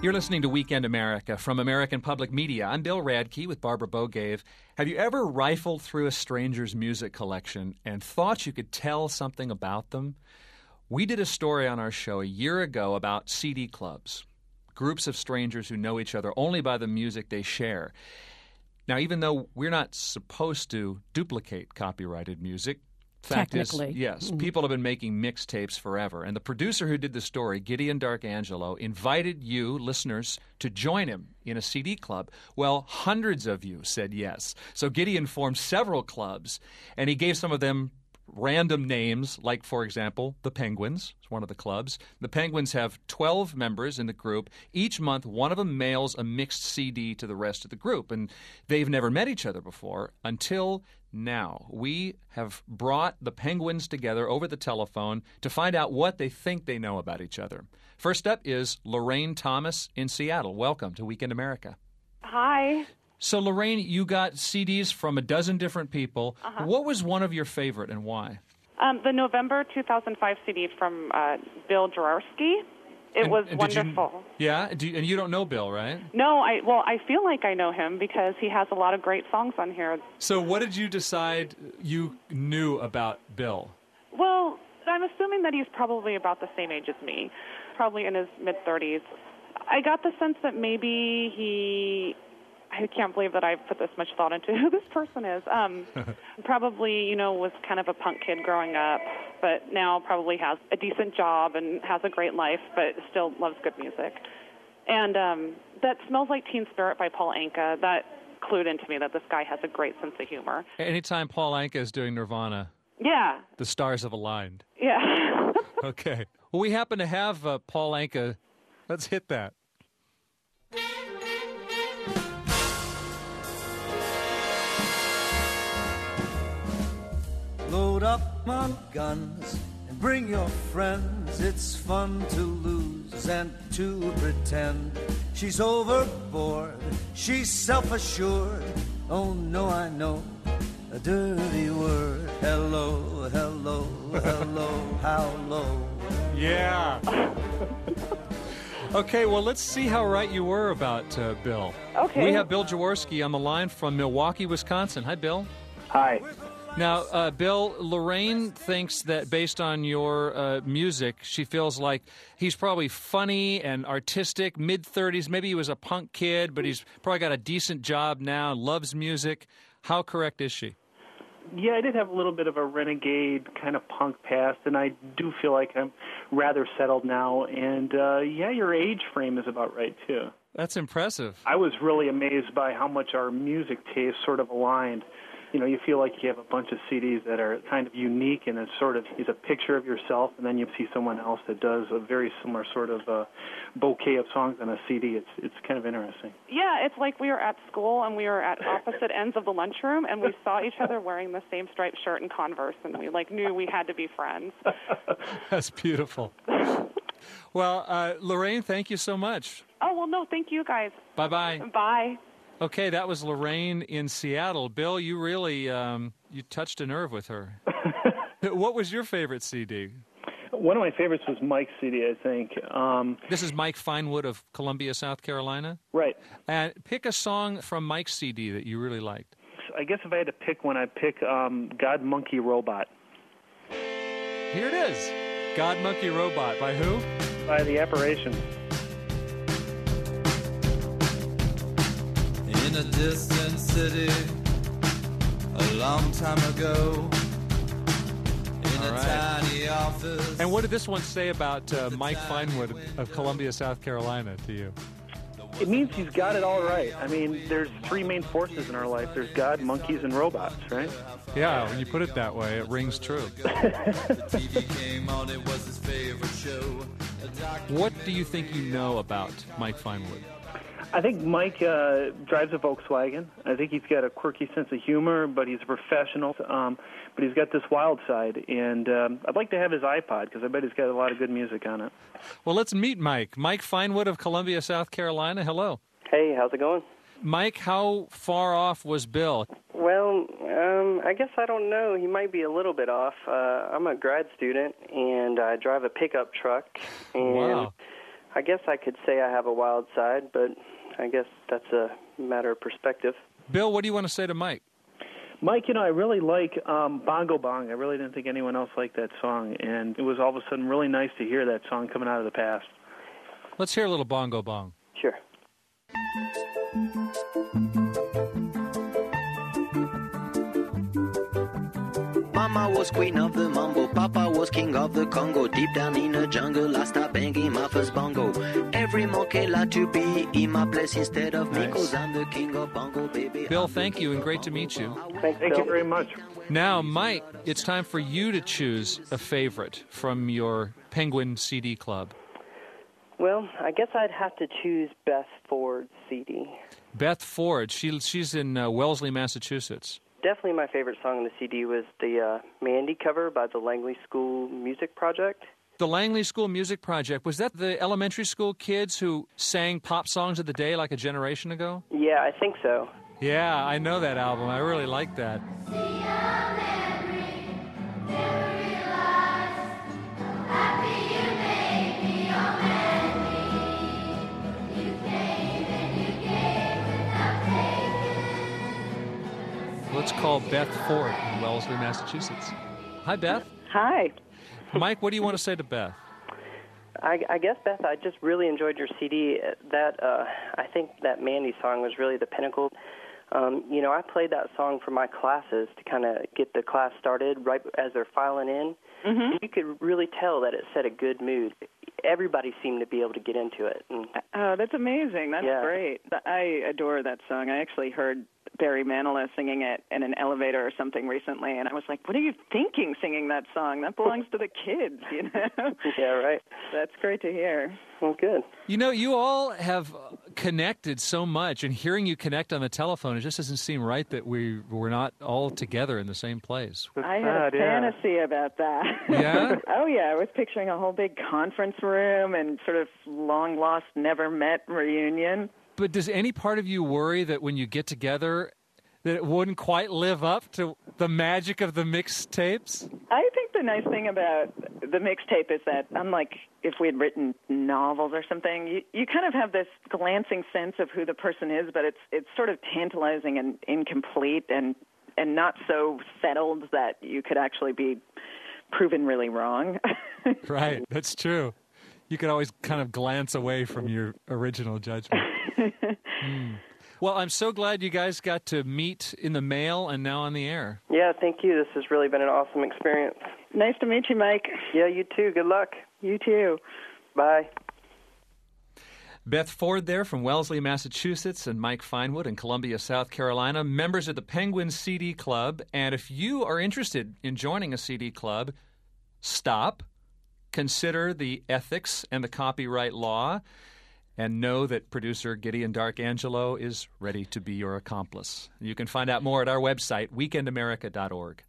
You're listening to Weekend America from American Public Media. I'm Bill Radke with Barbara Bogave. Have you ever rifled through a stranger's music collection and thought you could tell something about them? We did a story on our show a year ago about CD clubs, groups of strangers who know each other only by the music they share. Now, even though we're not supposed to duplicate copyrighted music, fact is, Technically. yes, people have been making mixtapes forever. And the producer who did the story, Gideon Darkangelo, invited you, listeners, to join him in a CD club. Well, hundreds of you said yes. So Gideon formed several clubs, and he gave some of them random names, like, for example, the Penguins, is one of the clubs. The Penguins have 12 members in the group. Each month, one of them mails a mixed CD to the rest of the group, and they've never met each other before until now. We have brought the Penguins together over the telephone to find out what they think they know about each other. First up is Lorraine Thomas in Seattle. Welcome to Weekend America. Hi. So, Lorraine, you got CDs from a dozen different people. Uh-huh. What was one of your favorite and why? Um, the November 2005 CD from uh, Bill Jaworski. It And- was and did you- wonderful. yeah, do you- and you don't know Bill, right? No, I well, I feel like I know him because he has a lot of great songs on here. So, what did you decide you knew about Bill? Well, I'm assuming that he's probably about the same age as me, probably in his mid 30s. I got the sense that maybe he. I can't believe that I've put this much thought into who this person is. Um, probably, you know, was kind of a punk kid growing up, but now probably has a decent job and has a great life, but still loves good music. And um, that Smells Like Teen Spirit by Paul Anka, that clued into me that this guy has a great sense of humor. Anytime Paul Anka is doing Nirvana, Yeah, the stars have aligned. yeah. Okay. Well, we happen to have uh, Paul Anka. Let's hit that. Load up my guns and bring your friends. It's fun to lose and to pretend. She's overboard, she's self assured. Oh no, I know a dirty word. Hello, hello, hello, how low. Yeah. okay, well, let's see how right you were about uh, Bill. Okay. We have Bill Jaworski on the line from Milwaukee, Wisconsin. Hi, Bill. Hi. Now, uh, Bill, Lorraine thinks that based on your uh, music, she feels like he's probably funny and artistic, mid 30s. Maybe he was a punk kid, but he's probably got a decent job now, loves music. How correct is she? Yeah, I did have a little bit of a renegade kind of punk past, and I do feel like I'm rather settled now. And uh, yeah, your age frame is about right too. That's impressive. I was really amazed by how much our music tastes sort of aligned. You know, you feel like you have a bunch of CDs that are kind of unique, and it's sort of is a picture of yourself, and then you see someone else that does a very similar sort of uh, bouquet of songs on a CD. It's it's kind of interesting. Yeah, it's like we were at school and we were at opposite ends of the lunchroom and we saw each other wearing the same striped shirt and Converse and we like knew we had to be friends. That's beautiful. well, uh, Lorraine, thank you so much. Oh well, no, thank you guys. Bye bye. Bye. Okay, that was Lorraine in Seattle. Bill, you really um, you touched a nerve with her. what was your favorite CD? One of my favorites was Mike's CD, I think. Um, This is Mike Finewood of Columbia, South Carolina. right. And pick a song from Mike's CD that you really liked. I guess if I had to pick one, I'd pick um, God Monkey Robot Here it is God Monkey Robot by who? by The Apparition. In a distant city, a long time ago, in All a right. tiny office. And what did this one say about uh, Mike Finewood of- of Columbia, South Carolina to you? It means he's got it all right. I mean, there's three main forces in our life there's God, monkeys, and robots, right? Yeah, when you put it that way, it rings true. TV came on, it was his favorite show. What do you think you know about Mike Finewood? I think Mike uh, drives a Volkswagen. I think he's got a quirky sense of humor, but he's a professional. Um, but he's got this wild side, and um, I'd like to have his iPod because I bet he's got a lot of good music on it. Well, let's meet Mike. Mike Finewood of Columbia, South Carolina. Hello. Hey, how's it going? Mike, how far off was Bill? Well, um, I guess I don't know. He might be a little bit off. Uh, I'm a grad student and I drive a pickup truck. And Wow. I guess I could say I have a wild side, but I guess that's a matter of perspective. Bill, what do you want to say to Mike? Mike, you know, I really like um, Bongo Bong. I really didn't think anyone else liked that song, and it was all of a sudden really nice to hear that song coming out of the past. Let's hear a little bongo bong. Sure. Mama was queen of the mambo, Papa was king of the Congo. Deep down in the jungle, I start banging my first bongo. Every monkey like to be in my place instead of me, Nice. cause I'm the king of bongo, baby. Bill, I'm the thank king you and of great to bongo meet you. bong. Thanks, Thank you Bill. very much. Now, Mike, it's time for you to choose a favorite from your Penguin CD club. Well, I guess I'd have to choose Beth Ford CD. Beth Ford, she, she's in uh, Wellesley, Massachusetts. Definitely my favorite song on the CD was the uh, Mandy cover by the Langley School Music Project. The Langley School Music Project, was that the elementary school kids who sang pop songs of the day like a generation ago? Yeah, I think so. Yeah, I know that album. I really like that. Let's call Beth Ford in Wellesley, Massachusetts. Hi, Beth. Hi. Mike, what do you want to say to Beth? I, I guess Beth, I just really enjoyed your CD. That uh, I think that Mandy song was really the pinnacle. Um, you know, I played that song for my classes to kind of get the class started right as they're filing in. Mm-hmm. And You could really tell that it set a good mood. Everybody seemed to be able to get into it. And Oh, that's amazing. That's Yeah. great. I adore that song. I actually heard Barry Manilow singing it in an elevator or something recently, and I was like, what are you thinking singing that song? That belongs to the kids, you know? yeah, right. that's great to hear. Well, good. You know, you all have uh, connected so much, and hearing you connect on the telephone, it just doesn't seem right that we we're not all together in the same place. I had sad, a yeah. fantasy about that. Yeah? oh yeah, I was picturing a whole big conference room and sort of long lost, never met reunion. But does any part of you worry that when you get together, that it wouldn't quite live up to the magic of the mixtapes? I think the nice thing about the mixtape is that, unlike if we had written novels or something, you, you kind of have this glancing sense of who the person is, but it's it's sort of tantalizing and incomplete and and not so settled that you could actually be proven really wrong. Right, that's true. You could always kind of glance away from your original judgment. Hmm. Well, I'm so glad you guys got to meet in the mail and now on the air. Yeah, thank you. This has really been an awesome experience. nice to meet you, Mike. Yeah, you too. Good luck. You too. Bye. Beth Ford there from Wellesley, Massachusetts, and Mike Finewood in Columbia, South Carolina, members of the Penguin CD Club. And if you are interested in joining a CD club, stop, consider the ethics and the copyright law, and know that producer Gideon Dark Angelo is ready to be your accomplice. You can find out more at our website, weekendamerica.org.